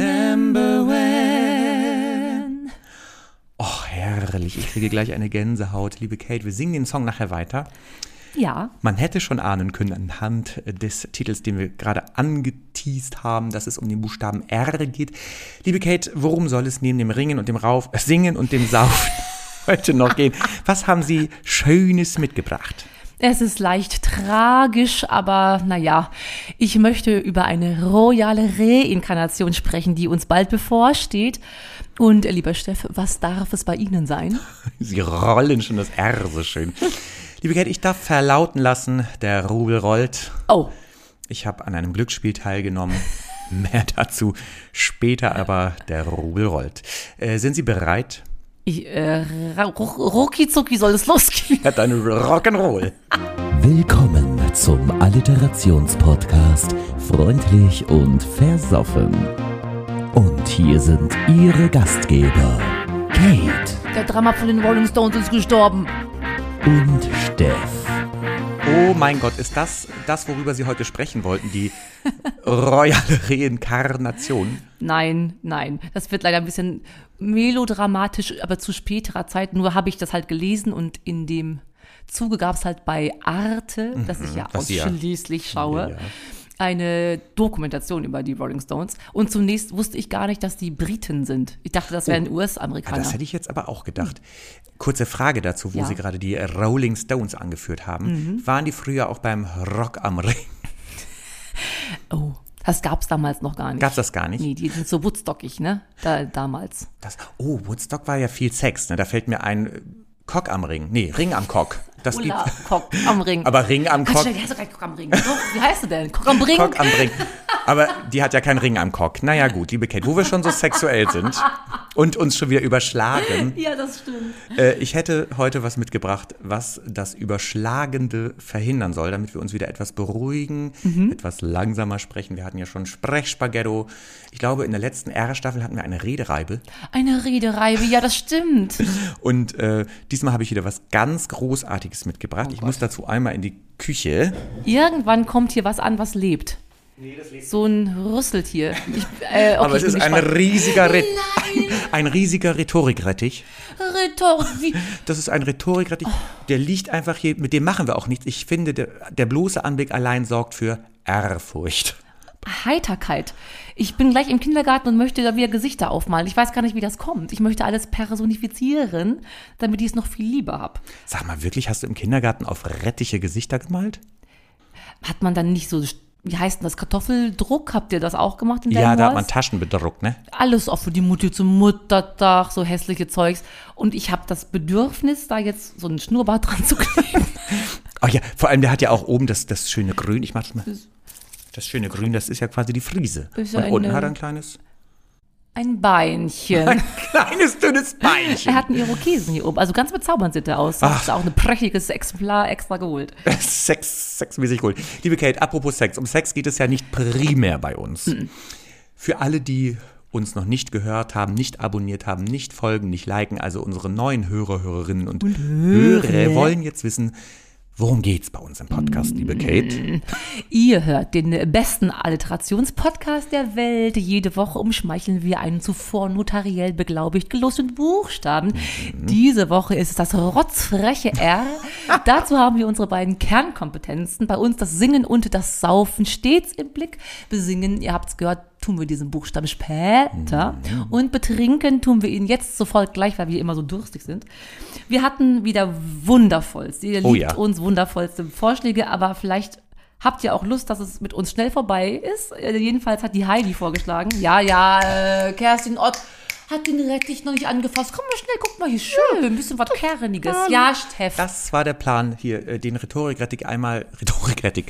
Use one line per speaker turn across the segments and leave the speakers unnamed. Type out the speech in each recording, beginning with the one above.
Remember when. Oh, herrlich. Ich kriege gleich eine Gänsehaut. Liebe Kate, wir singen den Song nachher weiter.
Ja.
Man hätte schon ahnen können anhand des Titels, den wir gerade angeteased haben, dass es um den Buchstaben R geht. Liebe Kate, worum soll es neben dem Ringen und dem Rauf, äh, Singen und dem Saufen heute noch gehen? Was haben Sie Schönes mitgebracht?
Es ist leicht tragisch, aber naja, ich möchte über eine royale Reinkarnation sprechen, die uns bald bevorsteht. Und äh, lieber Steff, was darf es bei Ihnen sein?
Sie rollen schon das R so schön. Liebe Kate, ich darf verlauten lassen, der Rubel rollt.
Oh,
Ich habe an einem Glücksspiel teilgenommen. Mehr dazu später, aber der Rubel rollt. Äh, sind Sie bereit?
ich, äh, ra- ruck- rucki zucki soll es losgehen.
Ja, dann Rock'n'Roll.
Willkommen zum Alliterationspodcast Freundlich und Versoffen. Und hier sind Ihre Gastgeber, Kate
Der Drama von den Rolling Stones ist gestorben.
und Steff.
Oh mein Gott, ist das das, worüber Sie heute sprechen wollten? Die royale Reinkarnation?
Nein, nein. Das wird leider ein bisschen melodramatisch, aber zu späterer Zeit. Nur habe ich das halt gelesen und in dem Zuge gab es halt bei Arte, das ich ja
Mhm, was Sie ja-
ausschließlich schaue,
Ja.
eine Dokumentation über die Rolling Stones. Und zunächst wusste ich gar nicht, dass die Briten sind. Ich dachte, das wären
Ah,
US-Amerikaner.
das hätte ich jetzt aber auch gedacht. Kurze Frage dazu, wo
Ja.
Sie gerade die Rolling Stones angeführt haben. Waren die früher auch beim Rock am Ring?
oh, das gab es damals noch gar nicht.
Gab's das gar nicht?
Nee, die sind so woodstockig, ne? Da, damals.
Das, oh, Woodstock war ja viel Sex, ne? Da fällt mir ein äh, Cock am Ring. Nee, Ring am Cock. Das
Ulla,
gibt's.
Kock am Ring.
Aber Ring am Cock.
Kock. Der heißt doch gar nicht Kock am Ring. Doch, wie heißt du denn? Kock am Ring?
Cock am Ring. Aber die hat ja keinen Ring am Cock. Naja, gut, liebe Kate, wo wir schon so sexuell sind und uns schon wieder überschlagen.
Ja, das stimmt.
Äh, ich hätte heute was mitgebracht, was das Überschlagende verhindern soll, damit wir uns wieder etwas beruhigen,
Mhm.
etwas langsamer sprechen. Wir hatten ja schon Sprechspaghetto. Ich glaube, in der letzten R-Staffel hatten wir eine Redereibe.
Eine Redereibe, ja, das stimmt.
Und äh, diesmal habe ich wieder was ganz Großartiges
Oh
mitgebracht. ich muss dazu einmal in die Küche.
Irgendwann kommt hier was an, was lebt. So ein Rüsseltier. Ich, äh, okay,
Aber es
ich
ist
bin
ein
gespannt.
riesiger, Re
Nein,
ein riesiger Rhetorikrettich.
Rhetorik. Wie,
Das ist ein Rhetorikrettich,
Oh.
der liegt einfach hier. Mit dem machen wir auch nichts. Ich finde, der, der bloße Anblick allein sorgt für Ehrfurcht.
Heiterkeit. Ich bin gleich im Kindergarten und möchte da wieder Gesichter aufmalen. Ich weiß gar nicht, wie das kommt. Ich möchte alles personifizieren, damit ich es noch viel lieber habe.
Sag mal, wirklich, hast du im Kindergarten auf Rettiche Gesichter gemalt?
Hat man dann nicht so, wie heißt denn das, Kartoffeldruck? Habt ihr das auch gemacht in
ja,
deinem
da hat
Haus?
man Taschen bedruckt, ne?
alles auch für die Mutti zum Muttertag, so hässliche Zeugs. Und ich habe das Bedürfnis, da jetzt so einen Schnurrbart dran zu kleben.
Oh ja, vor allem, der hat ja auch oben das, das schöne Grün. Ich mach das mal. Das schöne Grün, das ist ja quasi die Friese.
Ist ja
Und unten
eine-
hat er ein kleines,
Ein Beinchen.
kleines, dünnes Beinchen.
Er hat einen Irokesen hier oben. Also ganz bezaubernd sieht er aus. Hast du auch ein prächtiges Exemplar extra geholt.
Sex, sexmäßig cool. Liebe Kate, apropos Sex, um Sex geht es ja nicht primär bei uns. Für alle, die uns noch nicht gehört haben, nicht abonniert haben, nicht folgen, nicht liken, also unsere neuen Hörer, Hörerinnen und, Hörer wollen jetzt wissen, worum geht's bei uns im Podcast, liebe Kate?
Ihr hört den besten Alliterationspodcast der Welt. Jede Woche umschmeicheln wir einen zuvor notariell beglaubigt gelosteten Buchstaben.
Mhm.
Diese Woche ist es das rotzfreche R. Dazu haben wir unsere beiden Kernkompetenzen. Bei uns das Singen und das Saufen stets im Blick. Besingen, ihr habt's gehört, tun wir diesen Buchstaben später.
Mhm.
Und betrinken tun wir ihn jetzt sofort gleich, weil wir immer so durstig sind. Wir hatten wieder wundervollst. Ihr
Oh
liebt
ja.
uns wundervollste Vorschläge, aber vielleicht habt ihr auch Lust, dass es mit uns schnell vorbei ist. Äh, Jedenfalls hat die Heidi vorgeschlagen. Ja, ja, äh, Kerstin Ott hat den Rettich noch nicht angefasst. Komm mal schnell, guck mal hier, schön, ein bisschen was Kerniges. Ja, Steff.
Das war der Plan hier, äh, den Rhetorikrettig einmal, Rhetorikrettig,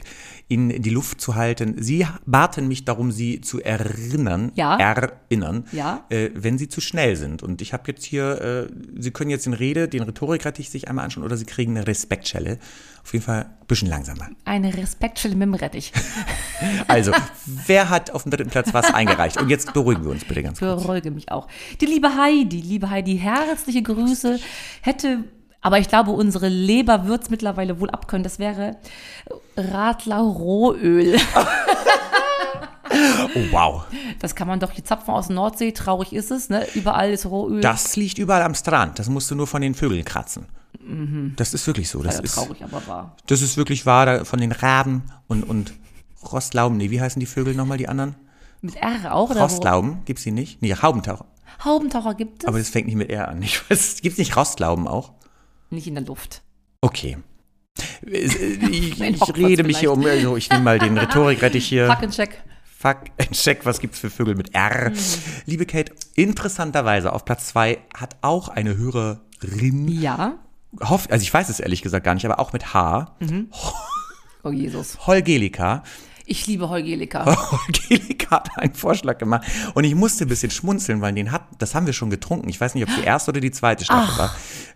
in die Luft zu halten. Sie baten mich darum, Sie zu erinnern,
Ja.
erinnern,
Ja.
äh, wenn Sie zu schnell sind. Und ich habe jetzt hier, äh, Sie können jetzt den Rede, den Rhetorikrettig sich einmal anschauen oder Sie kriegen eine Respektschelle. Auf jeden Fall ein bisschen langsamer.
Eine Respektschelle mit dem Rettich.
Also, wer hat auf dem dritten Platz was eingereicht? Und jetzt beruhigen wir uns bitte ganz kurz.
Beruhige mich auch. Die liebe Heidi, liebe Heidi, herzliche Grüße. Hätte, aber ich glaube, unsere Leber wird's mittlerweile wohl abkönnen. Das wäre Radler Rohöl.
Oh, wow.
Das kann man doch hier zapfen aus der Nordsee. Traurig ist es, ne? Überall ist Rohöl.
Das liegt überall am Strand. Das musst du nur von den Vögeln kratzen.
Mhm.
Das ist wirklich so. Das,
ja,
ist,
traurig, aber wahr.
das ist wirklich wahr. Da, von den Raben und, und Rostlauben. Nee, wie heißen die Vögel nochmal, die anderen?
Mit R auch, oder? wo-
Rostlauben gibt's die nicht? Nee, Haubentaucher.
Haubentaucher gibt es
Aber das fängt nicht mit R an. Ich weiß, gibt's nicht Rostlauben auch?
nicht in der Luft.
Okay. Ich, ich
Wenn auch was
rede mich hier um, also ich nehme mal den Rhetorikrettich hier.
Fuck and check.
Fuck, ein Check, was gibt's für Vögel mit R? Liebe Kate, interessanterweise auf Platz zwei hat auch eine Hörerin,
Ja.
hofft, also ich weiß es ehrlich gesagt gar nicht, aber auch mit H,
Oh Jesus.
Holgelika.
Ich liebe
Oh.
Heugelika.
Holgelika hat einen Vorschlag gemacht und ich musste ein bisschen schmunzeln, weil den hat, das haben wir schon getrunken. Ich weiß nicht, ob die erste oder die zweite Staffel war.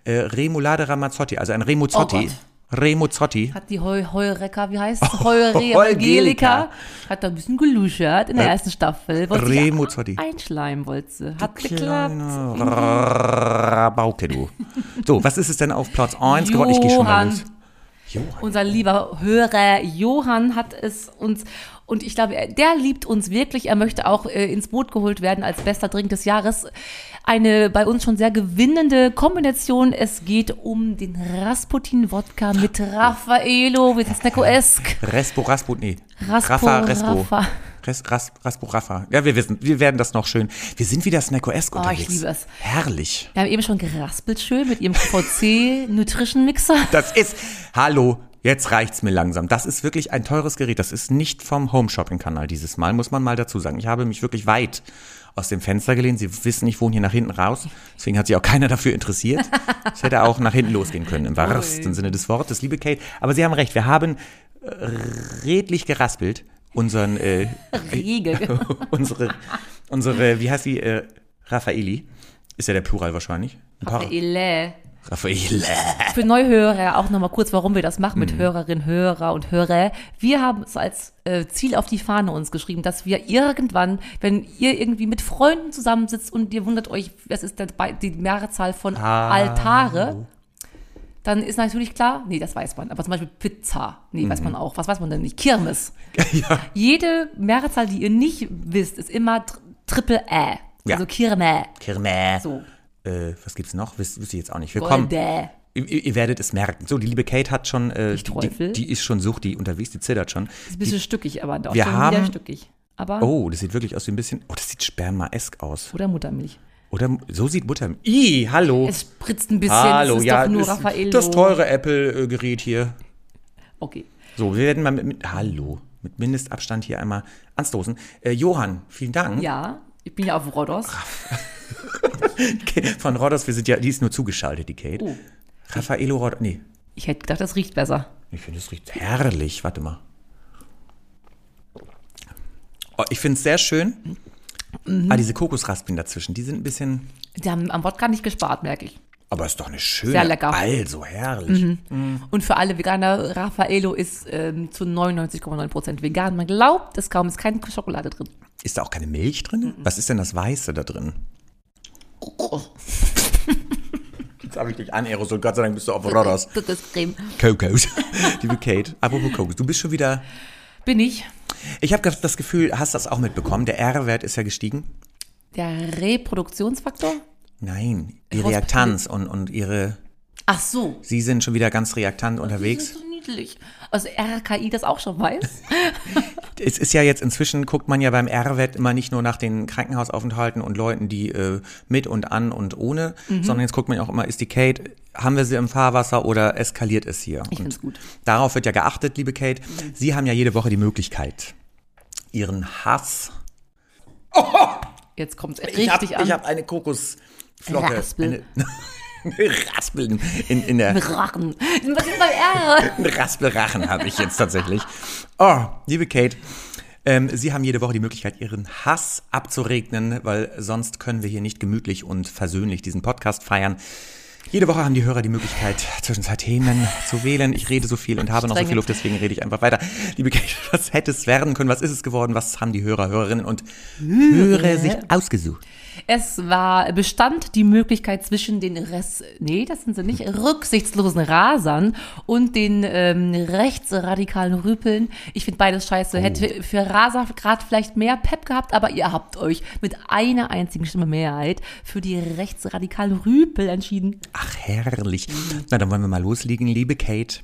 Äh, Remoulade Ramazzotti, also ein
Oh
Remuzzotti.
Gott.
Remuzzotti.
Hat die Heu Heureka, wie heißt es?
Heugelika.
Heureangelika. Hat da ein bisschen geluschert in der
Äh,
ersten Staffel. Wollte sich
Remuzzotti.
einschleimen, wollte sie. Hat geklappt. Mhm.
Kleine Rabauke, du. So, was ist es denn auf Platz 1 geworden? Ich gehe schon mal
Johann.
los. Johann.
Unser lieber Hörer Johann hat es uns und ich glaube, er- der liebt uns wirklich. Er möchte auch äh, ins Boot geholt werden als bester Drink des Jahres. Eine bei uns schon sehr gewinnende Kombination. Es geht um den Rasputin-Wodka mit Raffaello, mit Snackoesk.
Respo, Raspo, nee.
Raspo,
Raffa, Respo.
Raffa.
Res, Ras, Raspo, Raffa. Ja, wir wissen, wir werden das noch schön. Wir sind wieder Snacko Esk
Oh, ich
unterwegs.
liebe es.
Herrlich.
Wir haben eben schon geraspelt schön mit ihrem QVC Nutrition Mixer.
Das ist, hallo, jetzt reicht's mir langsam. Das ist wirklich ein teures Gerät. Das ist nicht vom Home Shopping Kanal dieses Mal, muss man mal dazu sagen. Ich habe mich wirklich weit aus dem Fenster gelehnt. Sie wissen, ich wohne hier nach hinten raus. Deswegen hat sich auch keiner dafür interessiert. Es hätte auch nach hinten losgehen können, im wahrsten Sinne des Wortes, liebe Kate. Aber Sie haben recht, wir haben äh, redlich geraspelt unseren, äh,
Riegel.
unsere, unsere, wie heißt die, äh, Raffaeli. Ist ja der Plural wahrscheinlich. Ein paar-
Raffaele.
Raffaele.
Für Neuhörer auch nochmal kurz, warum wir das machen
Mhm.
mit Hörerinnen, Hörer und Hörer. Wir haben es als äh, Ziel auf die Fahne uns geschrieben, dass wir irgendwann, wenn ihr irgendwie mit Freunden zusammensitzt und ihr wundert euch, was ist denn bei- die Mehrzahl von
Ah,
Altare, dann ist natürlich klar, nee, das weiß man, aber zum Beispiel Pizza, nee, weiß man auch. Was weiß man denn nicht? Kirmes.
Mhm. ja.
Jede Mehrzahl, die ihr nicht wisst, ist immer tr Triple Ä.
Ja.
Also Kirme.
Kirme.
So.
Äh, was gibt's noch? Wisst, wisst ihr jetzt auch nicht. Wir kommen.
Golde.
Ihr, ihr ihr werdet es merken. So, die liebe Kate hat schon. Äh, die, die,
Teufel.
die ist schon sucht, die unterwegs, die zittert schon.
Ist ein bisschen stückig, aber doch
Wir
schon
haben-
wieder stückig. Aber
Oh, das sieht wirklich aus wie ein bisschen. Oh, das sieht spermaesk aus.
oder Muttermilch.
Oder so sieht Mutter. I, hallo.
Es spritzt ein bisschen.
hallo,
es ist
ja.
doch nur
ist
Raffaello.
das teure Apple-Gerät hier.
Okay.
So, wir werden mal mit, mit. Hallo. Mit Mindestabstand hier einmal anstoßen. Äh, Johann, vielen Dank.
Ja, ich bin ja auf Rhodos.
Von Rodos, wir sind ja, die ist nur zugeschaltet, die Kate.
Oh.
Raffaello Rodos. Nee,
Ich hätte gedacht, das riecht besser.
Ich finde, es riecht herrlich. Warte mal. Oh, ich finde es sehr schön.
Mhm.
Ah, diese Kokosraspeln dazwischen, die sind ein bisschen.
Die haben am Wodka nicht gespart, merke ich.
Aber ist doch eine schöne.
Sehr lecker. Mhm.
Also herrlich.
Und für alle Veganer, Raffaello ist ähm, zu 99,9% vegan. Man glaubt es kaum, ist keine Schokolade drin.
Ist da auch keine Milch drin?
Mhm.
Was ist denn das Weiße da drin? Jetzt habe ich dich an, Aerosol. Gott sei Dank bist du auf Rodders.
Das ist Creme.
Kokos. Liebe Kate, apropos Kokos. Du bist schon wieder.
Bin ich.
Ich habe das Gefühl, hast das auch mitbekommen. Der R-Wert ist ja gestiegen.
Der Reproduktionsfaktor?
Nein, die
Raus-
Reaktanz und, und ihre.
Ach so.
Sie sind schon wieder ganz reaktant unterwegs.
Das ist so niedlich. Also RKI das auch schon weiß.
Es ist ja jetzt inzwischen, guckt man ja beim R-Wert immer nicht nur nach den Krankenhausaufenthalten und Leuten, die äh, mit und an und ohne, sondern jetzt guckt man ja auch immer, ist die Kate, haben wir sie im Fahrwasser oder eskaliert es hier?
Ich
Und
find's gut.
Darauf wird ja geachtet, liebe Kate. Sie haben ja jede Woche die Möglichkeit, ihren Hass.
Jetzt kommt es
ich
richtig
hab, Ich
an.
habe eine Kokosflocke.
Raspel.
Eine, Raspeln in, in der
Rachen. Das ist mein R.
Einen Raspelrachen habe ich jetzt tatsächlich. Oh, liebe Kate, ähm, Sie haben jede Woche die Möglichkeit, Ihren Hass abzuregnen, weil sonst können wir hier nicht gemütlich und versöhnlich diesen Podcast feiern. Jede Woche haben die Hörer die Möglichkeit, zwischen zwei Themen zu wählen. Ich rede so viel und habe noch so viel Luft, deswegen rede ich einfach weiter. Liebe Kate, was hätte es werden können? Was ist es geworden? Was haben die Hörer, Hörerinnen und Hörer sich ausgesucht?
Es war bestand die Möglichkeit zwischen den Res nee, das sind sie nicht, rücksichtslosen Rasern und den ähm, rechtsradikalen Rüpeln. Ich finde beides scheiße. Hätte für Raser gerade vielleicht mehr Pep gehabt, aber ihr habt euch mit einer einzigen Stimme Mehrheit für die rechtsradikalen Rüpel entschieden.
Ach, herrlich. Na, dann wollen wir mal loslegen, liebe Kate.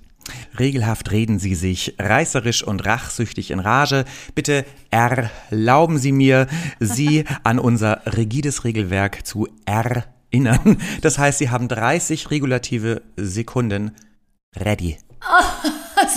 Regelhaft reden Sie sich reißerisch und rachsüchtig in Rage. Bitte erlauben Sie mir, Sie an unser rigides Regelwerk zu erinnern. Das heißt, Sie haben 30 regulative Sekunden ready.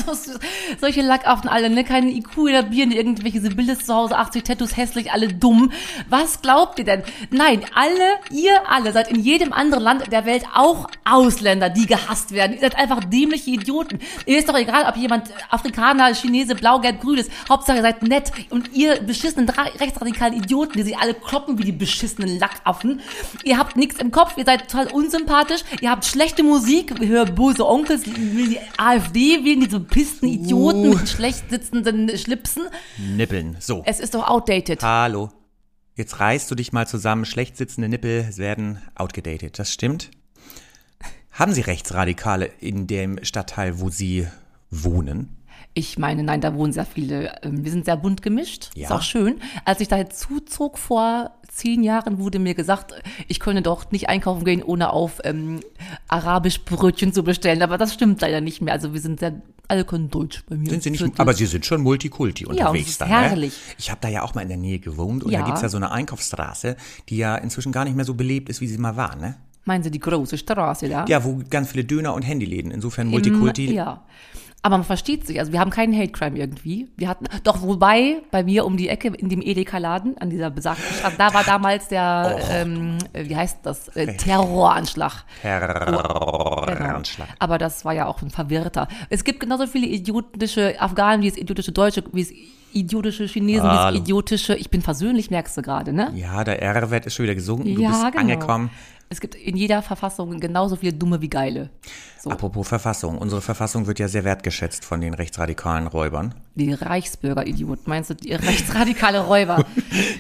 So, so, solche Lackaften alle, ne? Keine IQ oder Birne, irgendwelche Sibylle zu Hause, 80 Tattoos, hässlich, alle dumm. Was glaubt ihr denn? Nein, alle, ihr alle seid in jedem anderen Land der Welt auch Ausländer, die gehasst werden. Ihr seid einfach dämliche Idioten. Ihr ist doch egal, ob jemand Afrikaner, Chinese, Blau, Gelb, Grün ist. Hauptsache ihr seid nett. Und ihr beschissenen Dra- rechtsradikalen Idioten, die sie alle kloppen wie die beschissenen Lackaffen. Ihr habt nichts im Kopf, ihr seid total unsympathisch, ihr habt schlechte Musik, ihr hört böse Onkels, will die AfD wählen, diese pisten Idioten mit schlecht sitzenden Schlipsen.
Nippeln. So.
Es ist doch outdated.
Hallo. Jetzt reißt du dich mal zusammen. Schlecht sitzende Nippel werden outgedatet. Das stimmt. Haben Sie Rechtsradikale in dem Stadtteil, wo Sie wohnen?
Ich meine, nein, da wohnen sehr viele. ähm, Wir sind sehr bunt gemischt.
Ja.
Ist auch schön. Als ich da jetzt zuzog vor zehn Jahren, wurde mir gesagt, ich könne doch nicht einkaufen gehen, ohne auf ähm, arabisch Brötchen zu bestellen. Aber das stimmt leider nicht mehr. Also wir sind sehr, alle können Deutsch bei mir.
Sind Sie
im
nicht,
Viertel.
aber Sie sind schon Multikulti unterwegs
ist
dann.
herrlich.
Ne? Ich habe da ja auch mal in der Nähe gewohnt und da
Ja.
gibt's ja so eine Einkaufsstraße, die ja inzwischen gar nicht mehr so belebt ist, wie sie mal war, ne?
Meinen Sie die große Straße da? Hm,
Ja, wo ganz viele Döner und Handyläden, insofern Multikulti.
Ja. Aber man versteht sich. Also wir haben keinen Hate Crime irgendwie. Wir hatten, doch wobei, bei mir um die Ecke, in dem Edeka-Laden, an dieser besagten Straße, da war damals der, ähm, äh, wie heißt das, äh, Terroranschlag. Genau.
Terroranschlag.
Aber das war ja auch ein Verwirrter. Es gibt genauso viele idiotische Afghanen, wie es idiotische Deutsche, wie es idiotische Chinesen, wie
Hallo.
es idiotische, ich bin versöhnlich, merkst du gerade, ne?
Ah, Ja, der R-Wert ist schon wieder gesunken, du
Ja,
bist
genau.
angekommen.
Es gibt in jeder Verfassung genauso viele Dumme wie Geile. So.
Apropos Verfassung. Unsere Verfassung wird ja sehr wertgeschätzt von den rechtsradikalen Räubern.
Die Reichsbürger-Idiot, meinst du, die rechtsradikale Räuber?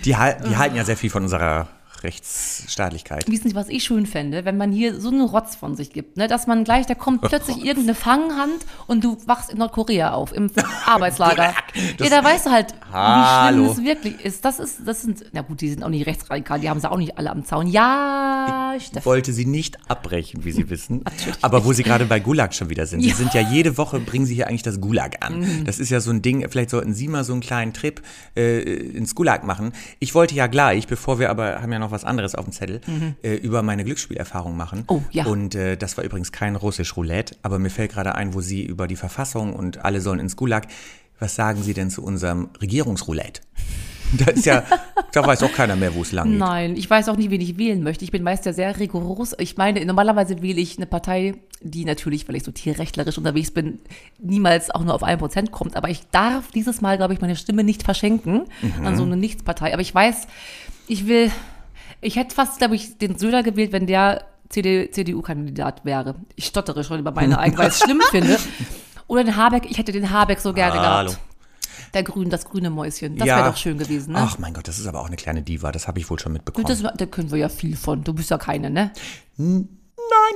Die, hal- die halten ja sehr viel von unserer Rechtsstaatlichkeit.
wissen Sie, was ich schön fände, wenn man hier so einen Rotz von sich gibt, ne? dass man gleich, da kommt plötzlich irgendeine Fanghand und du wachst in Nordkorea auf, im Arbeitslager. ja, da weißt du halt,
Hallo.
wie schlimm es wirklich ist. Das ist, das sind, na gut, die sind auch nicht rechtsradikal, die haben sie auch nicht alle am Zaun. Ja, Steff.
wollte sie nicht abbrechen, wie Sie wissen. Aber wo Sie gerade bei Gulag schon wieder sind. Sie
Ja. Mhm.
sind ja jede Woche, bringen Sie hier eigentlich das Gulag an. Das ist ja so ein Ding, vielleicht sollten Sie mal so einen kleinen Trip äh, ins Gulag machen. Ich wollte ja gleich, bevor wir aber, haben ja noch was anderes auf dem Zettel, äh, über meine Glücksspielerfahrung machen.
Mhm. Oh, ja.
Und äh, das war übrigens kein russisch Roulette, aber mir fällt gerade ein, wo Sie über die Verfassung und alle sollen ins Gulag. Was sagen Sie denn zu unserem Regierungsroulette? Da ist ja, da weiß auch keiner mehr, wo es lang geht.
Nein, ich weiß auch nicht, wen ich wählen möchte. Ich bin meist ja sehr rigoros. Ich meine, normalerweise wähle ich eine Partei, die natürlich, weil ich so tierrechtlerisch unterwegs bin, niemals auch nur auf 1% kommt. Aber ich darf dieses Mal, glaube ich, meine Stimme nicht verschenken an so eine Nichtspartei. Aber ich weiß, ich will, ich hätte fast, glaube ich, den Söder gewählt, wenn der CD, CDU-Kandidat wäre. Ich stottere schon über meine eigene, weil ich es schlimm finde. Oder den Habeck, ich hätte den Habeck so gerne
Hallo.
gehabt. Der Grün, das grüne Mäuschen. Das wäre doch schön gewesen, ne?
Ach mein Gott, das ist aber auch eine kleine Diva, das habe ich wohl schon mitbekommen.
Das, da können wir ja viel von. Du bist ja keine, ne?
nein,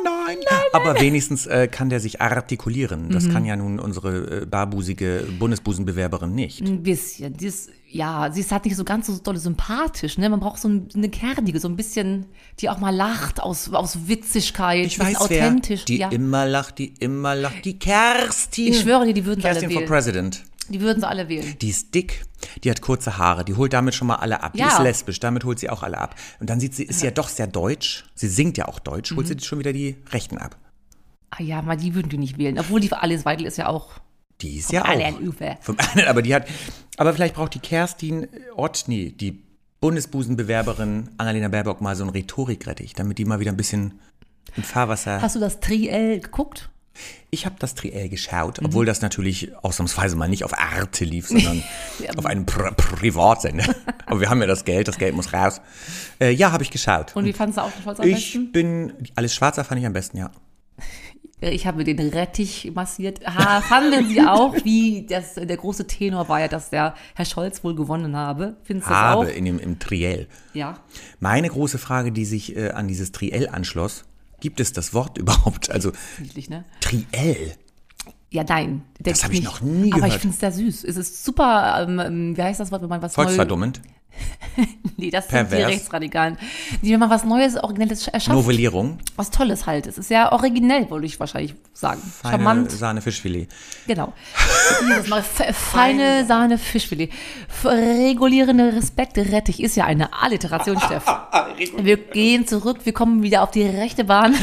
nein, nein. Aber wenigstens äh, kann der sich artikulieren. Das
Mhm.
kann ja nun unsere äh, barbusige Bundesbusenbewerberin nicht.
Ein bisschen. Sie ist, ja, sie ist halt nicht so ganz so dolle sympathisch, ne? Man braucht so ein, eine Kernige, so ein bisschen, die auch mal lacht aus, aus Witzigkeit. ein bisschen authentisch.
die
ja.
immer lacht, die immer lacht, die Kerstin.
Ich schwöre dir, die würden sie alle
Kerstin for
wählen.
President.
Die würden sie alle wählen.
Die ist dick, die hat kurze Haare, die holt damit schon mal alle ab. Die
Ja.
ist lesbisch, damit holt sie auch alle ab. Und dann sieht sie, ist sie ja doch sehr deutsch. Sie singt ja auch deutsch, holt
Mhm.
sie schon wieder die Rechten ab.
Ah ja, mal die würden die nicht wählen. Obwohl die Alice Weidel ist ja auch.
Die ist ja
Alle ein
auch.
Uwe.
Vom anderen, aber die hat. Aber vielleicht braucht die Kerstin Ortny, die Bundesbusenbewerberin Annalena Baerbock, mal so einen Rhetorikrettich, damit die mal wieder ein bisschen im Fahrwasser.
Hast du das Triel geguckt?
ich habe das Triell geschaut,
Mhm.
obwohl das natürlich ausnahmsweise mal nicht auf Arte lief, sondern auf einem Pri Privatsender. aber wir haben ja das Geld, das Geld muss raus. Äh, ja, habe ich geschaut.
Und wie fandst du auch den Schwarz am
ich
besten?
bin. Alles Schwarzer fand ich am besten, ja.
Äh, Ich habe mir den Rettich massiert. Ha, fanden Sie auch, wie das, der große Tenor war ja, dass der Herr Scholz wohl gewonnen habe? Findest du das
Habe
auch?
in dem, im Triell.
Ja.
Meine große Frage, die sich äh, an dieses Triell anschloss, gibt es das Wort überhaupt? Also
Niedlich, ne?
Triell.
Ja, nein. denk
Das habe ich
nicht.
noch nie
Aber ich
gehört.
finde es sehr süß. Es ist super, ähm, ähm, wie heißt das Wort, wenn man was neu-
Volksverdummend.
Nee, das sind die
Pervers.
Rechtsradikalen. Die, wenn man was Neues, Originelles erschafft,
Novellierung.
was Tolles halt. Es ist ja originell, wollte ich wahrscheinlich sagen.
Feine
Charmant.
Sahne Fischfilet.
Genau. Dieses Mal fe- feine Sahne Fischfilet. F- Regulierende Respekt Rettich ist ja eine Alliteration, Steff.
Ah,
Wir gehen zurück, wir kommen wieder auf die rechte Bahn.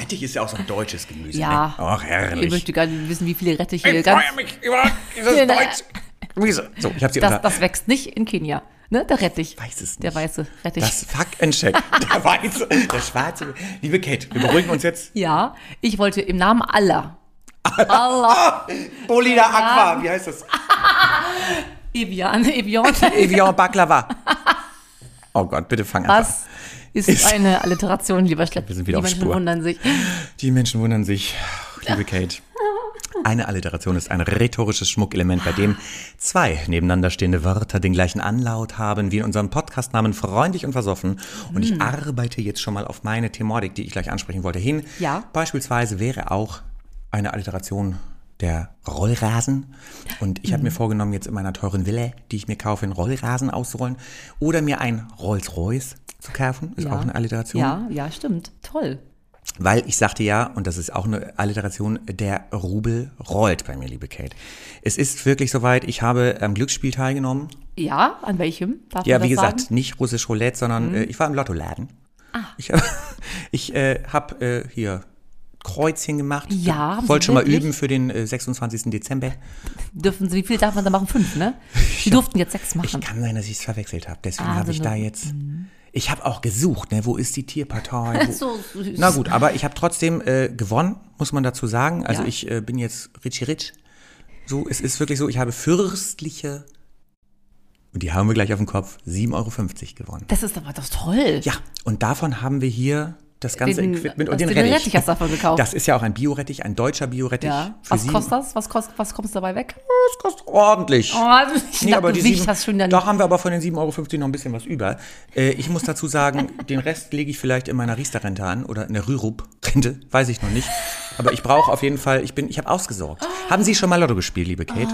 Rettich ist ja auch so ein deutsches Gemüse.
Ja.
Ne? Ach,
Ich
herrlich.
möchte gar nicht wissen, wie viele Rettich hier ganz.
mich über dieses
Genau.
deutsche Gemüse. So, ich habe sie
Das,
unter.
das wächst nicht in Kenia. Ne? Der Rettich.
weiß es nicht.
Der weiße Rettich.
Das Fuck and Check. Der weiße, der schwarze. Liebe Kate, wir beruhigen uns jetzt.
ja, ich wollte im Namen aller. Allah.
Bolida Aqua, wie heißt das?
Evian, Evian.
Evian Baklava. Oh Gott, bitte fang an.
Was ist,
Ist-
eine Alliteration, lieber Schlepp?
Wir sind wieder
Die
auf
Menschen
Spur.
wundern sich.
Die Menschen wundern sich, liebe Kate. Eine Alliteration ist ein rhetorisches Schmuckelement, bei dem zwei nebeneinander stehende Wörter den gleichen Anlaut haben, wie in unserem Podcastnamen Freundlich und Versoffen. Und
Hm.
ich arbeite jetzt schon mal auf meine Thematik, die ich gleich ansprechen wollte, hin.
Ja.
Beispielsweise wäre auch eine Alliteration der Rollrasen. Und ich habe mir
Hm.
vorgenommen, jetzt in meiner teuren Villa, die ich mir kaufe, einen Rollrasen auszurollen. Oder mir ein Rolls-Royce zu kaufen. Ist
Ja.
auch eine Alliteration.
Ja, ja, stimmt. Toll.
Weil ich sagte ja, und das ist auch eine Alliteration, der Rubel rollt bei mir, liebe Kate. Es ist wirklich soweit, ich habe am Glücksspiel teilgenommen.
Ja, an welchem? Darf
Ja,
man
wie
das
gesagt,
Sagen? Mhm.
nicht russisch Roulette, sondern äh, ich war im Lottoladen. Ah. Ich habe ich, äh, hab, äh, hier Kreuzchen gemacht.
Ja, haben Sie
Wollte schon mal
wirklich?
üben für den äh, 26. Dezember.
Dürfen Sie, wie viel darf man da machen? Fünf, ne? Die durften jetzt sechs machen.
Kann sein, dass ich es verwechselt habe. Deswegen
Ah,
habe
so
ich
eine-
da jetzt. Ich habe auch gesucht, ne? Wo ist die Tierpartei? Wo,
So süß.
Na gut, aber ich habe trotzdem äh, gewonnen, muss man dazu sagen. Also
Ja.
ich äh, bin jetzt Richie Rich. So, es ist wirklich so, ich habe fürstliche, und die haben wir gleich auf dem Kopf, 7,50 Euro gewonnen.
Das ist aber doch toll.
Ja, und davon haben wir hier das ganze
Den-
Equipment und
hast
den
du den
Rettich.
Rettich hast du davon gekauft?
Das ist ja auch ein Biorettich, ein deutscher Biorettich.
Ja.
Für
Was
sieben-
kostet das? Was, kostet, was kommst du dabei weg?
Das kostet ordentlich.
Oh, ich nee, aber du
sieben-
wiegst das schon dann.
da haben wir aber von den 7,50 Euro noch ein bisschen was über. Äh, ich muss dazu sagen, den Rest lege ich vielleicht in meiner Riester-Rente an oder in der Rürup-Rente, weiß ich noch nicht. Aber ich brauche auf jeden Fall, ich bin, ich habe ausgesorgt.
Ah.
Haben Sie schon mal Lotto gespielt, liebe Kate?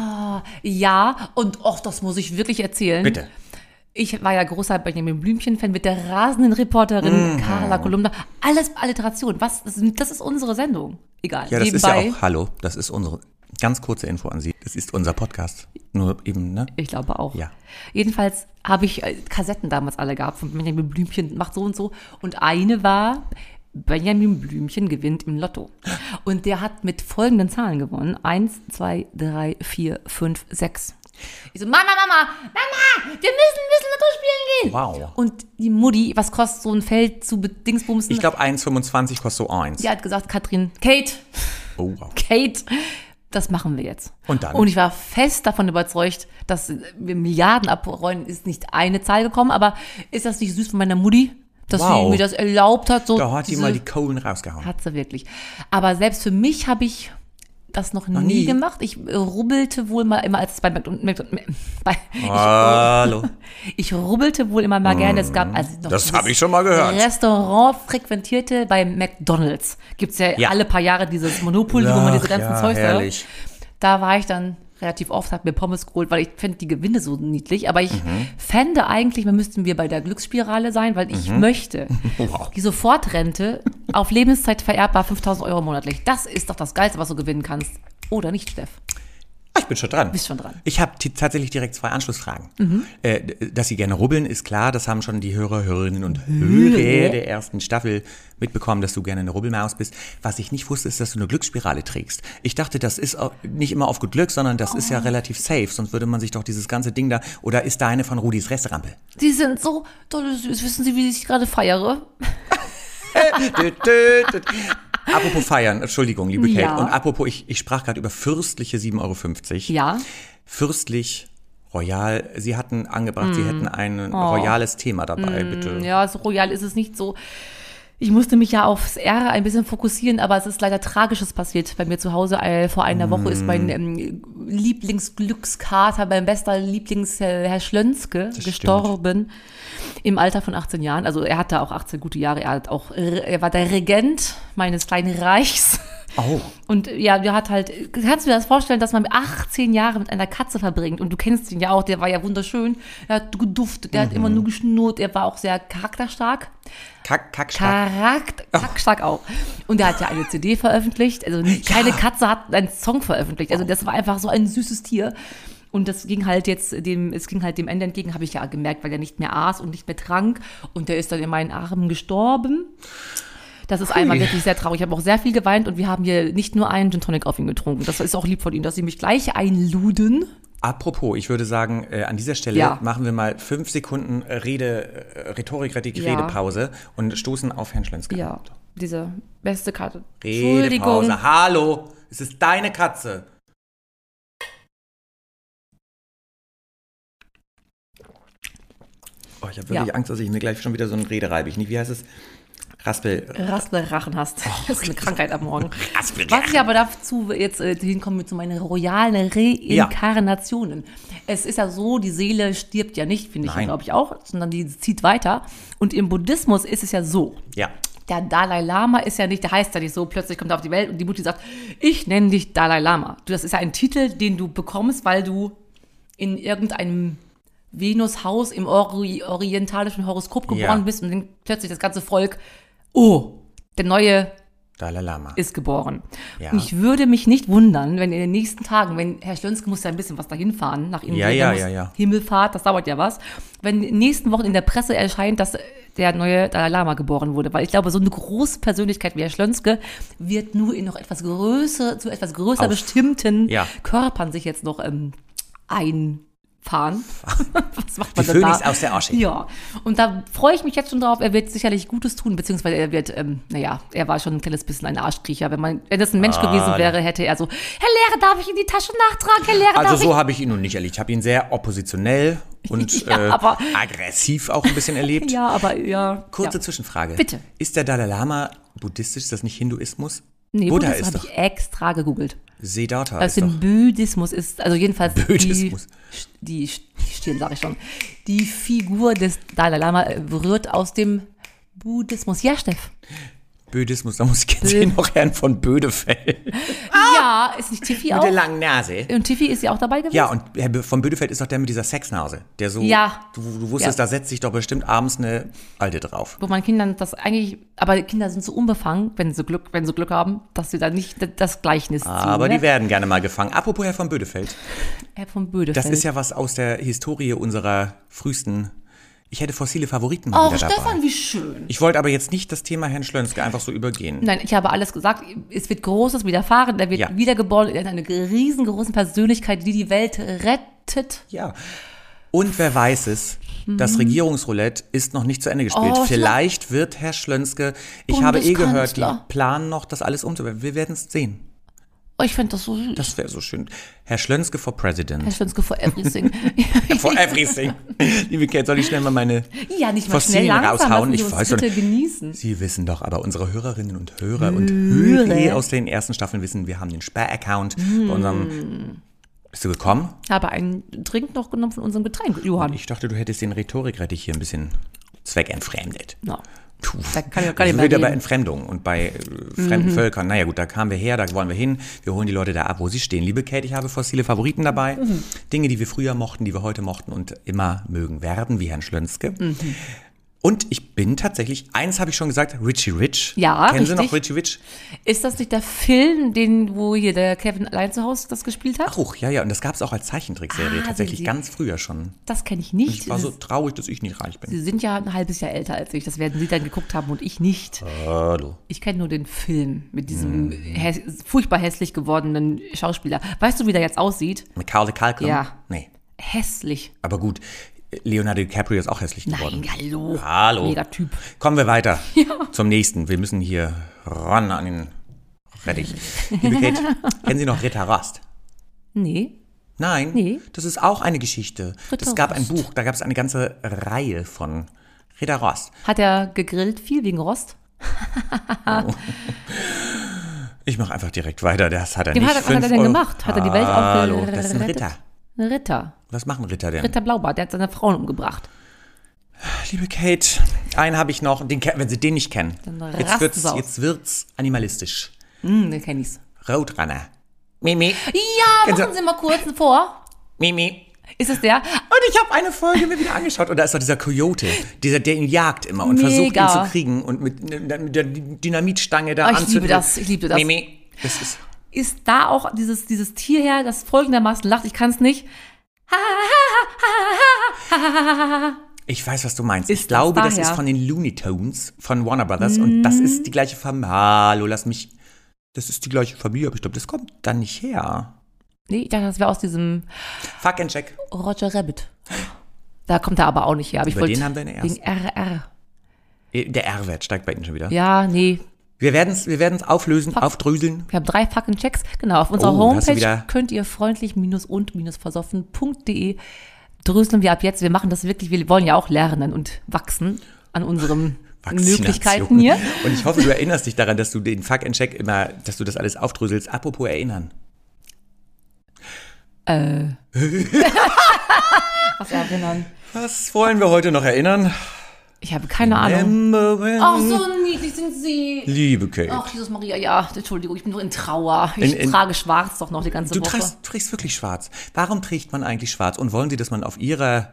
Ja, und och, das muss ich wirklich erzählen.
Bitte.
Ich war ja großer Benjamin Blümchen-Fan mit der rasenden Reporterin
Mhm.
Carla Kolumna. Alles Alliteration. Was, das ist- das ist unsere Sendung. Egal.
Ja, das ist ja
Nebenbei.
auch, hallo, das ist unsere, ganz kurze Info an Sie. Das ist unser Podcast. Nur eben, ne?
Ich glaube auch.
Ja.
Jedenfalls habe ich äh, Kassetten damals alle gehabt von Benjamin Blümchen macht so und so. Und eine war, Benjamin Blümchen gewinnt im Lotto. Und der hat mit folgenden Zahlen gewonnen. Eins, zwei, drei, vier, fünf, sechs. Ich so, Mama, Mama, Mama, wir müssen ein bisschen Lotto spielen gehen.
Wow.
Und die Mutti, was kostet so ein Feld zu Be- Dingsbumsen?
Ich glaube, 1,25 kostet so eins.
Die hat gesagt, Katrin, Kate,
Oh, wow.
Kate, das machen wir jetzt.
Und dann?
Und ich war fest davon überzeugt, dass wir Milliarden abrollen, ist nicht eine Zahl gekommen, aber ist das nicht süß von meiner Mutti, dass
Wow.
sie mir das erlaubt hat? So
Da hat die
diese-
mal die Kohlen rausgehauen.
Hat sie wirklich. Aber selbst für mich habe ich das noch, nie,
nie?
gemacht. Ich äh, rubbelte wohl mal immer, als es bei McDonald's, bei,
Hallo.
ich rubbelte wohl immer mal gerne. Es gab also noch
Mm, Das
dieses
hab ich schon mal gehört.
Restaurant frequentierte bei McDonald's. Gibt's ja,
Ja.
alle paar Jahre dieses Monopoly, wo man diese
Ach,
ganzen
ja,
Zeugs hat.
herrlich.
Da war ich dann relativ oft, hab mir Pommes geholt, weil ich finde die Gewinne so niedlich. Aber ich
Mhm.
fände eigentlich, wir müssten wir bei der Glücksspirale sein, weil ich
Mhm.
möchte
Wow.
die Sofortrente auf Lebenszeit vererbbar 5000 Euro monatlich. Das ist doch das Geilste, was du gewinnen kannst. Oder nicht, Steff?
Ah, Ich bin schon dran.
Bist schon dran. Mhm.
Ich habe tatsächlich direkt zwei Anschlussfragen. Äh, d- dass Sie gerne rubbeln, ist klar. Das haben schon die Hörer, Hörerinnen und Hörer der ersten Staffel mitbekommen, dass du gerne eine Rubbelmaus bist. Was ich nicht wusste, ist, dass du eine Glücksspirale trägst. Ich dachte, das ist au- nicht immer auf gut Glück, sondern das ist
Oh.
ja relativ safe. Sonst würde man sich doch dieses ganze Ding da... Oder ist deine von Rudis Restrampe?
Die sind so toll süß. Wissen Sie, wie ich gerade feiere?
Dö, dö, dö. apropos feiern, Entschuldigung, liebe Kate.
Ja.
Und apropos, ich, ich sprach gerade über fürstliche 7,50 Euro.
Ja.
fürstlich, royal. Sie hatten
Mhm. Oh.
angebracht, sie hätten ein royales Thema dabei, bitte.
Ja, so royal ist es nicht so. Ich musste mich ja aufs R ein bisschen fokussieren, aber es ist leider Tragisches passiert. Bei mir zu Hause äh, vor einer Woche ist mein ähm, Lieblingsglückskater, mein bester Lieblings äh, Herr Schlönske
stimmt.
gestorben im Alter von 18 Jahren. Also er hatte auch 18 gute Jahre. Er hat auch, er war der Regent meines kleinen Reichs.
Oh.
Und äh, ja, der hat halt, kannst du dir das vorstellen, dass man 18 Jahre mit einer Katze verbringt? Und du kennst ihn ja auch, der war ja wunderschön, er hat geduftet, der hat immer nur geschnurrt, er war auch sehr charakterstark.
Kack, kack, stark.
Charakter, charakterstark auch. Und er hat ja eine CD veröffentlicht, also keine Katze hat einen Song veröffentlicht. Also das war einfach so ein süßes Tier. Und das ging halt jetzt dem, es ging halt dem Ende entgegen, habe ich ja gemerkt, weil er nicht mehr aß und nicht mehr trank. Und der ist dann in meinen Armen gestorben. Das ist einmal wirklich sehr traurig. Ich habe auch sehr viel geweint und wir haben hier nicht nur einen Gin Tonic auf ihn getrunken. Das ist auch lieb von Ihnen, dass Sie mich gleich einluden.
Apropos, ich würde sagen, äh, an dieser Stelle
Ja.
machen wir mal fünf Sekunden Rede, äh, Rhetorik, Rhetorik,
Ja.
Redepause und stoßen auf Herrn Schlönske.
Ja, diese beste Karte. Entschuldigung.
Redepause. Hallo, es ist deine Katze. Oh, ich habe wirklich
Ja.
Angst, dass ich mir gleich schon wieder so eine Rede reibe. Ich nicht, wie heißt es? Raspel.
Raspelrachen hast. Das ist eine Krankheit am Morgen.
Raspelrachen.
Was ich aber dazu jetzt äh, hinkomme zu meinen royalen Reinkarnationen. Es ist ja so, die Seele stirbt ja nicht, finde ich,
Nein.
glaube ich auch, sondern die zieht weiter. Und im Buddhismus ist es ja so.
Ja.
Der Dalai Lama ist ja nicht, der heißt ja nicht so, plötzlich kommt er auf die Welt und die Mutti sagt, ich nenne dich Dalai Lama. Du, das ist ja ein Titel, den du bekommst, weil du in irgendeinem Venushaus im Ori orientalischen Horoskop geboren
Ja.
bist und dann plötzlich das ganze Volk, oh, der neue
Dalai Lama.
ist geboren.
Ja.
Und ich würde mich nicht wundern, wenn in den nächsten Tagen, wenn Herr Schlönske muss ja ein bisschen was dahin fahren, nach Indien,
Ja,
der
ja,
muss
ja, ja.
Himmelfahrt, das dauert ja was, wenn in den nächsten Wochen in der Presse erscheint, dass der neue Dalai Lama geboren wurde. Weil ich glaube, so eine große Persönlichkeit wie Herr Schlönske wird nur in noch etwas größer, zu etwas größer
Auf-
bestimmten
Ja.
Körpern sich jetzt noch ähm, einfahren. Was
Die
macht man denn
Phönix
da?
aus der Asche.
Ja, und da freue ich mich jetzt schon drauf. Er wird sicherlich Gutes tun, beziehungsweise er wird, ähm, naja, er war schon ein kleines bisschen ein Arschkriecher. Wenn, man, wenn das ein Mensch
Ah,
gewesen wäre, hätte er so, Herr Lehrer, darf ich in die Tasche nachtragen? Herr Lehrer,
Also
darf
so habe ich ihn nun nicht erlebt. Ich habe ihn sehr oppositionell und
Ja,
äh,
aber-
aggressiv auch ein bisschen erlebt.
ich? Ja, aber ja.
Kurze
ja.
Zwischenfrage.
Bitte.
Ist der Dalai Lama buddhistisch? Ist das nicht Hinduismus?
Nee,
Buddha
Buddhismus
ist
habe
doch.
ich extra gegoogelt.
Siddhartha
Also
ist doch.
im Buddhismus ist, also jedenfalls
Buddhismus.
die, die Stirn, sage ich schon, die Figur des Dalai Lama äh, rührt aus dem Buddhismus. Ja, Steff.
Buddhismus, da muss ich jetzt hier noch Herrn von Bödefeld.
Ja, ist nicht Tiffy
Mit der
auch?
langen Nase.
Und Tiffy ist ja auch dabei gewesen?
Ja, und Herr Bö- von Bödefeld ist doch der mit dieser Sexnase, der so,
Ja.
du, du wusstest,
Ja.
da setzt sich doch bestimmt abends eine Alte drauf.
wo man Kindern das eigentlich, aber Kinder sind so unbefangen, wenn sie Glück, wenn sie Glück haben, dass sie da nicht d- das Gleichnis ziehen.
Ah, Aber
ne?
die werden gerne mal gefangen. Apropos Herr von Bödefeld,
Herr von Böde.
das ist ja was aus der Historie unserer frühesten, ich hätte fossile Favoriten mal
Oh,
wieder dabei.
Stefan, wie schön.
Ich wollte aber jetzt nicht das Thema Herrn Schlönske einfach so übergehen.
Nein, ich habe alles gesagt. Es wird Großes widerfahren. Er wird
Ja.
wiedergeboren. Er ist eine riesengroße Persönlichkeit, die die Welt rettet.
Ja. Und wer weiß es, das Regierungsroulette ist noch nicht zu Ende gespielt.
Mhm. Oh,
Vielleicht wird Herr Schlönske, ich habe eh gehört, die
Bundeskanzler.
planen noch, das alles umzuwerfen. Wir werden es sehen.
Oh, ich finde das so süß.
Das wäre so schön. Herr Schlönske for
Herr
President.
Schönske for everything.
For everything. Liebe Kate, soll ich schnell mal meine.
ja, nicht mal
Fossilien
schnell langsam.
raushauen,
lassen
ich
Sie uns
weiß schon.
bitte genießen.
Sie wissen doch, aber unsere Hörerinnen und Hörer und Hörer aus den ersten Staffeln wissen, wir haben den Sperr-Account
Hm.
bei unserem. Bist du gekommen?
Ich habe einen Trink noch genommen von unserem Getränk, Johann.
Ich dachte, du hättest den Rhetorikrettich hier ein bisschen zweckentfremdet.
Na,
Puh.
da kann ich auch gar
Wir
nicht
sind
mehr
wieder bei
reden. Mhm.
Entfremdung und bei äh, fremden Völkern. Naja gut, da kamen wir her, da wollen wir hin. Wir holen die Leute da ab, wo sie stehen. Liebe Kate, ich habe fossile Favoriten dabei.
Mhm.
Dinge, die wir früher mochten, die wir heute mochten und immer mögen werden, wie Herrn Schlönske.
Mhm.
Und ich bin tatsächlich, eins habe ich schon gesagt, Richie Rich.
Ja,
Kennen Sie noch
richtig.
Richie Rich?
Ist das nicht der Film, den, wo hier der Kevin allein zu Hause das gespielt hat?
Ach, hoch, ja, ja. Und das gab es auch als Zeichentrickserie
Ah,
tatsächlich
sind Sie-
ganz früher schon.
Das kenne ich
Ich
nicht.
war
Das-
so traurig, dass ich nicht reich bin.
Sie sind ja ein halbes Jahr älter als ich. Das werden Sie dann geguckt haben und ich nicht.
Hallo.
Ich kenne nur den Film mit diesem
Mhm.
häss furchtbar hässlich gewordenen Schauspieler. Weißt du, wie der jetzt aussieht?
Macaulay Culkin?
Ja.
Nee.
Hässlich.
Aber gut, Leonardo DiCaprio ist auch hässlich geworden.
Nein, hallo.
Hallo.
Mega Typ.
Kommen wir weiter zum nächsten. Wir müssen hier ran an den Rettich. Liebe Kate, kennen Sie noch Ritter Rast?
Nee.
Nein,
Nee.
das ist auch eine Geschichte.
Ritter
Es gab ein
Rast.
Buch, da gab es eine ganze Reihe von Ritter Rast.
Hat er gegrillt? Viel wegen Rost?
Ich mache einfach direkt weiter. Das hat er
Dem
nicht.
hat er- was hat er
Fünf
denn
Euro.
gemacht? Hat er die Welt
Hallo, das ist ein
aufgerettet?
Ritter.
Ein Ritter.
Was machen Ritter denn?
Ritter Blaubart, der hat seine Frauen umgebracht.
Liebe Kate, einen habe ich noch. Den, ke- wenn Sie den nicht kennen,
Dann
jetzt
rasten
wird's,
Sie aus.
jetzt wird's animalistisch.
Hm, den kenn ich's.
Roadrunner. Mimi,
Ja,
Kennst du-
machen Sie mal kurz einen vor.
Mimi.
Ist es der?
Und ich habe eine Folge mir wieder angeschaut. Und da ist doch dieser Coyote, dieser, der ihn jagt immer und versucht, ihn
Mega.
zu kriegen und mit, ne, mit der Dynamitstange da
Oh, ich liebe
anzünden.
das, ich liebe das.
Mimi, das ist
Ist da auch dieses, dieses Tier her, das folgendermaßen lacht, ich kann's nicht.
Ich weiß, was du meinst.
Ist
ich
das
glaube, das,
daher?
ist von den Looney Tunes von Warner Brothers und
Mhm.
das ist die gleiche Familie. Hallo, lass mich. Das ist die gleiche Familie, aber ich glaube, das kommt da nicht her.
Nee, ich dachte, das wäre aus diesem
Fuck and check.
Roger Rabbit. Da kommt er aber auch nicht her. Aber ich
Über
wollte
den haben wir eine erste.
wegen RR.
Äh, Der R-Wert steigt bei Ihnen schon wieder.
Ja, nee.
Wir werden es wir werden's auflösen, aufdröseln.
Wir haben drei fucking Checks. Genau, auf unserer
Oh, da hast du wieder-
Homepage könnt ihr freundlich-und-versoffen.de dröseln wir ab jetzt. Wir machen das wirklich, wir wollen ja auch lernen und wachsen an unseren
Vaccination.
Möglichkeiten hier.
Und ich hoffe, du erinnerst dich daran, dass du den Fuck and Check immer, dass du das alles aufdröselst. Apropos erinnern.
Was erinnern.
Was wollen wir heute noch erinnern?
Ich habe keine Ahnung.
Remembering.
Ach, so niedlich sind sie.
Liebe Kate.
Ach, Jesus Maria, ja, Entschuldigung, ich bin nur in Trauer. Ich
In- in-
trage schwarz doch noch die ganze
Du
Woche.
trägst, trägst wirklich schwarz. Warum trägt man eigentlich schwarz? Und wollen Sie, dass man auf Ihrer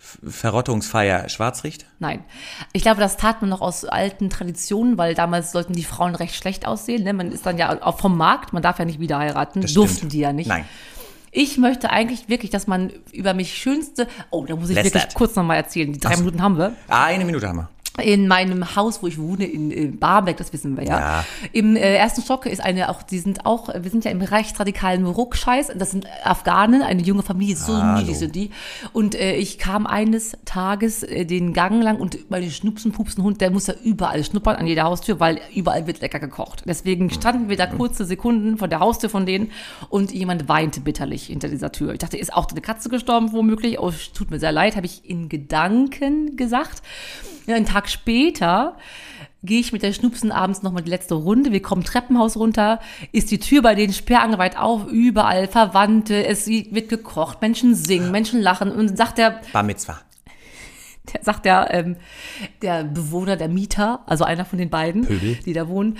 F- Verrottungsfeier schwarz riecht?
Nein. Ich glaube, das tat man noch aus alten Traditionen, weil damals sollten die Frauen recht schlecht aussehen. Ne? Man ist dann ja auch vom Markt, man darf ja nicht wieder heiraten.
Das
Durften
stimmt.
die ja nicht.
Nein.
Ich möchte eigentlich wirklich, dass man über mich schönste. Oh, da muss ich
Lästert.
wirklich kurz nochmal erzählen. Die drei
so.
Minuten haben wir.
Ah, Eine Minute haben wir.
In meinem Haus, wo ich wohne, in äh, Barmbek, das wissen wir ja.
Ja.
Im äh, ersten Stock ist eine, auch, die sind auch, wir sind ja im rechtsradikalen Ruckscheiß. Das sind Afghanen, eine junge Familie, so
Hallo.
niedlich sind die. Und äh, ich kam eines Tages äh, den Gang lang und meine Schnupsen-Pupsen-Hund, der muss ja überall schnuppern, an jeder Haustür, weil überall wird lecker gekocht. Deswegen standen wir da kurze Sekunden von der Haustür von denen und jemand weinte bitterlich hinter dieser Tür. Ich dachte, ist auch eine Katze gestorben, womöglich. Oh, tut mir sehr leid, habe ich in Gedanken gesagt. Ja, einen Tag später gehe ich mit der Schnupsen abends nochmal die letzte Runde. Wir kommen Treppenhaus runter, ist die Tür bei denen sperrangeweit auf, überall Verwandte, es wird gekocht, Menschen singen, Menschen lachen und sagt der,
Bar Mitzwa.
der sagt der, ähm, der Bewohner, der Mieter, also einer von den beiden,
Pöbel.
die da wohnen,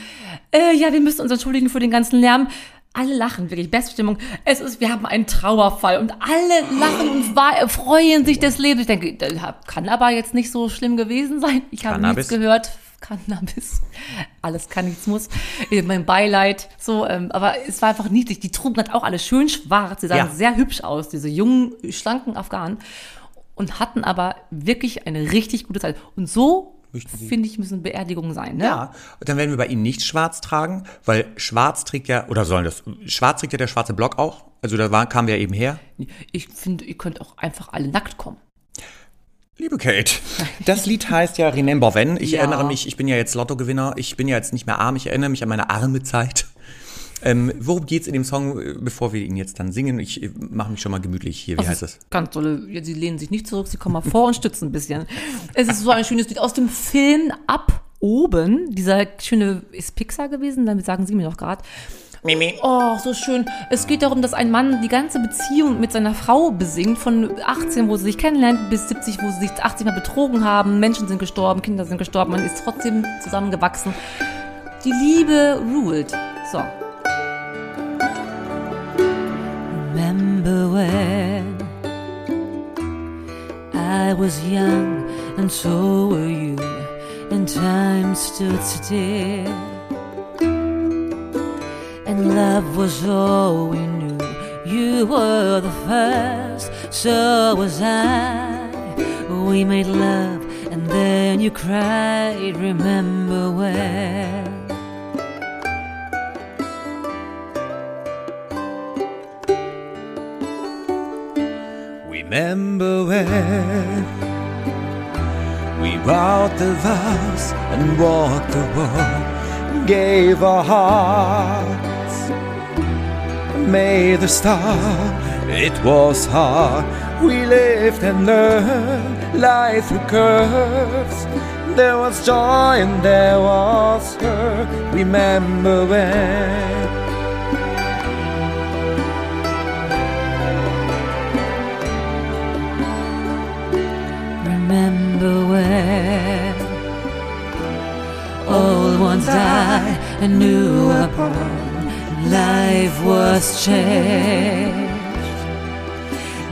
äh, ja, wir müssen uns entschuldigen für den ganzen Lärm. Alle lachen, wirklich, beste Stimmung. Es ist, wir haben einen Trauerfall und alle lachen und wa- freuen sich des Lebens. Ich denke, das kann aber jetzt nicht so schlimm gewesen sein. Ich habe
Cannabis.
nichts gehört. Cannabis. Alles kann, nichts muss. Äh, Mein Beileid. So, ähm, aber es war einfach niedlich. Die trugen halt auch alle schön schwarz. Sie sahen
Ja.
sehr hübsch aus, diese jungen, schlanken Afghanen und hatten aber wirklich eine richtig gute Zeit. Und so, finde ich, müssen Beerdigungen sein. Ne?
Ja. Und dann werden wir bei Ihnen nicht schwarz tragen, weil schwarz trägt ja, oder sollen das, schwarz trägt ja der schwarze Block auch. Also da war, kamen wir ja eben her.
Ich finde, ihr könnt auch einfach alle nackt kommen.
Liebe Kate, das Lied heißt ja Remember When. Ich
Ja.
erinnere mich, ich bin ja jetzt Lottogewinner, ich bin ja jetzt nicht mehr arm, ich erinnere mich an meine arme Zeit. Ähm, worum geht's in dem Song, äh, bevor wir ihn jetzt dann singen? Ich äh, mache mich schon mal gemütlich hier. Wie heißt es?
Ganz tolle. Ja, sie lehnen sich nicht zurück, sie kommen mal vor und stützen ein bisschen. Es ist so ein schönes Lied aus dem Film ab oben. Dieser schöne, ist Pixar gewesen? Damit sagen sie mir doch gerade.
Mimi.
Oh, so schön. Es geht darum, dass ein Mann die ganze Beziehung mit seiner Frau besingt, von 18, wo sie sich kennenlernt, bis 70, wo sie sich 80 Mal betrogen haben. Menschen sind gestorben, Kinder sind gestorben, man ist trotzdem zusammengewachsen. Die Liebe ruled. So. Remember when I was young and so were you and time stood still and love was all we knew. You were the first, so was I. We made love, and then you cried. Remember when?
Remember when we bought the vows and walked the walk, gave our hearts, made the star. It was hard. We lived and learned life through curves,
There was joy and there was her. Remember when?
Remember when old ones die and new are born, life was changed.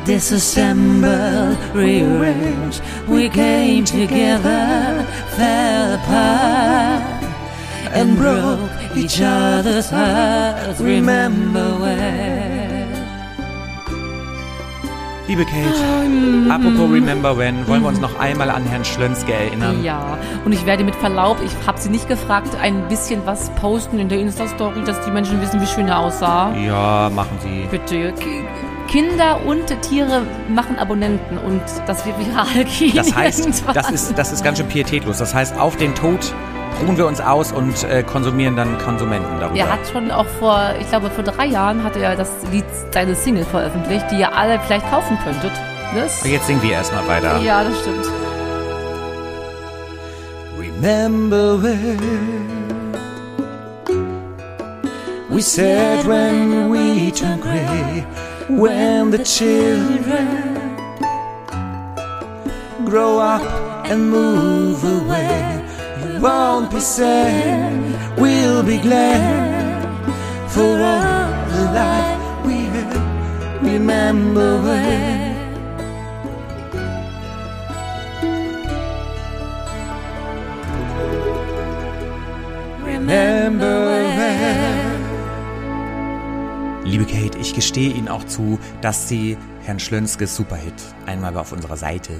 Disassembled, rearranged, we came together, fell apart, and broke each other's hearts. Remember when?
Liebe Kate, apropos Remember When, wollen wir uns noch einmal an Herrn Schlönske erinnern?
Ja, und ich werde mit Verlaub, ich habe sie nicht gefragt, ein bisschen was posten in der Insta-Story, dass die Menschen wissen, wie schön er aussah.
Ja, machen Sie.
Bitte. Ki- Kinder und Tiere machen Abonnenten und das wird viral gehen.
Das heißt,
irgendwann.
das ist, das ist ganz schön pietätlos. Das heißt, auf den Tod ruhen wir uns aus und äh, konsumieren dann Konsumenten darüber.
Er hat schon auch vor, ich glaube vor drei Jahren hatte er das Lied, seine Single veröffentlicht, die ihr alle vielleicht kaufen könntet. Das,
Jetzt singen wir erstmal weiter.
ja, das stimmt.
Remember when we said when we turn gray, when the children grow up and move away, you won't be sad, we'll be glad for all the life we had. Remember when. Remember when
Liebe Kate, ich gestehe Ihnen auch zu, dass Sie Herrn Schlönskes Superhit einmal auf unserer Seite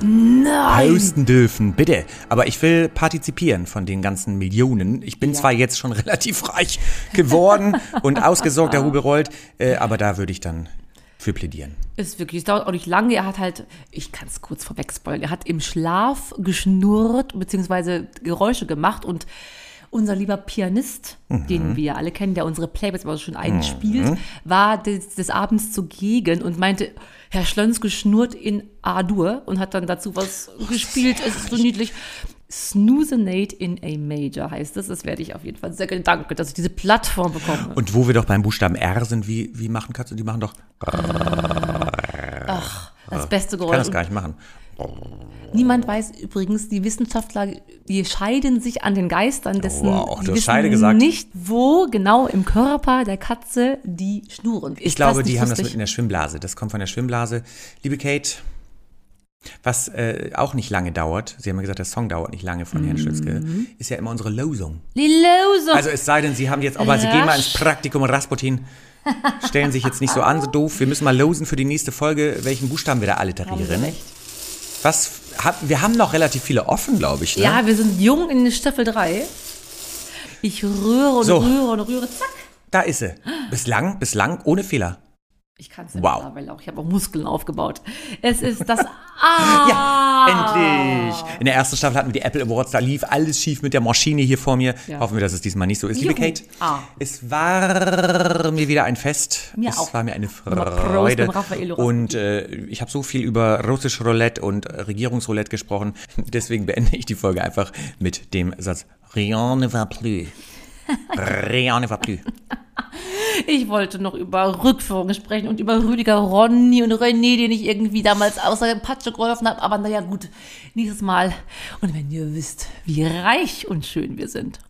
posten dürfen. Bitte. Aber ich will partizipieren von den ganzen Millionen. Ich bin zwar jetzt schon relativ reich geworden und ausgesorgter Huberoldt, äh, aber da würde ich dann für plädieren.
Ist wirklich, es dauert auch nicht lange. Er hat halt, ich kann es kurz vorweg spoilern, er hat im Schlaf geschnurrt, beziehungsweise Geräusche gemacht und unser lieber Pianist,
Mhm.
den wir alle kennen, der unsere Playbacks immer so schön einspielt, war des, des Abends zugegen und meinte, Herr Schlönske schnurrt in A-Dur und hat dann dazu was
Oh,
gespielt. Es ist so niedlich. Snoozenate in A Major heißt es. Das werde ich auf jeden Fall sehr gerne. Danke, dass ich diese Plattform bekomme.
Und wo wir doch beim Buchstaben R sind, wie, wie machen Katzen? Die machen doch,
das beste
äh, kann
Geräusch.
das gar nicht machen.
Niemand weiß übrigens, die Wissenschaftler, die scheiden sich an den Geistern, dessen
Oh, Wow,
die
du hast
wissen
Scheide gesagt.
nicht, wo genau im Körper der Katze die Schnuren.
Ich glaube, die haben das mit in der Schwimmblase. Das kommt von der Schwimmblase. Liebe Kate, was äh, auch nicht lange dauert, Sie haben ja gesagt, der Song dauert nicht lange von Herrn Schützke,
Mhm.
ist ja immer unsere Losung.
Lilose.
Also es sei denn, Sie haben jetzt auch mal, Sie gehen mal ins Praktikum in Rasputin. Stellen sich jetzt nicht so an, so doof. Wir müssen mal losen für die nächste Folge, welchen Buchstaben wir da alliterieren. Was, hab, wir haben noch relativ viele offen, glaube ich. Ne?
ja, wir sind jung in Staffel 3. Ich rühre und
So.
rühre und rühre. Zack.
Da ist sie. Bislang, bislang ohne Fehler.
Ich kann es
Wow.
mittlerweile auch. Ich habe auch Muskeln aufgebaut. Es ist das A.
Endlich! ne? In der ersten Staffel hatten wir die Apple Awards, da lief alles schief mit der Maschine hier vor mir.
Ja.
Hoffen wir, dass es diesmal nicht so ist. Liebe
Juhu.
Kate,
Ah.
es war mir wieder ein Fest.
Mir
es
auch.
war mir eine
Nochmal Prost
Freude.
dem Raffaello.
Und äh, ich habe so viel über russisch Roulette und Regierungsroulette gesprochen. Deswegen beende ich die Folge einfach mit dem Satz Rien ne va plus. Rien ne va plus.
Ich wollte noch über Rückführungen sprechen und über Rüdiger Ronny und René, den ich irgendwie damals außer dem Patsche geholfen habe. Aber naja, gut, nächstes Mal. Und wenn ihr wisst, wie reich und schön wir sind.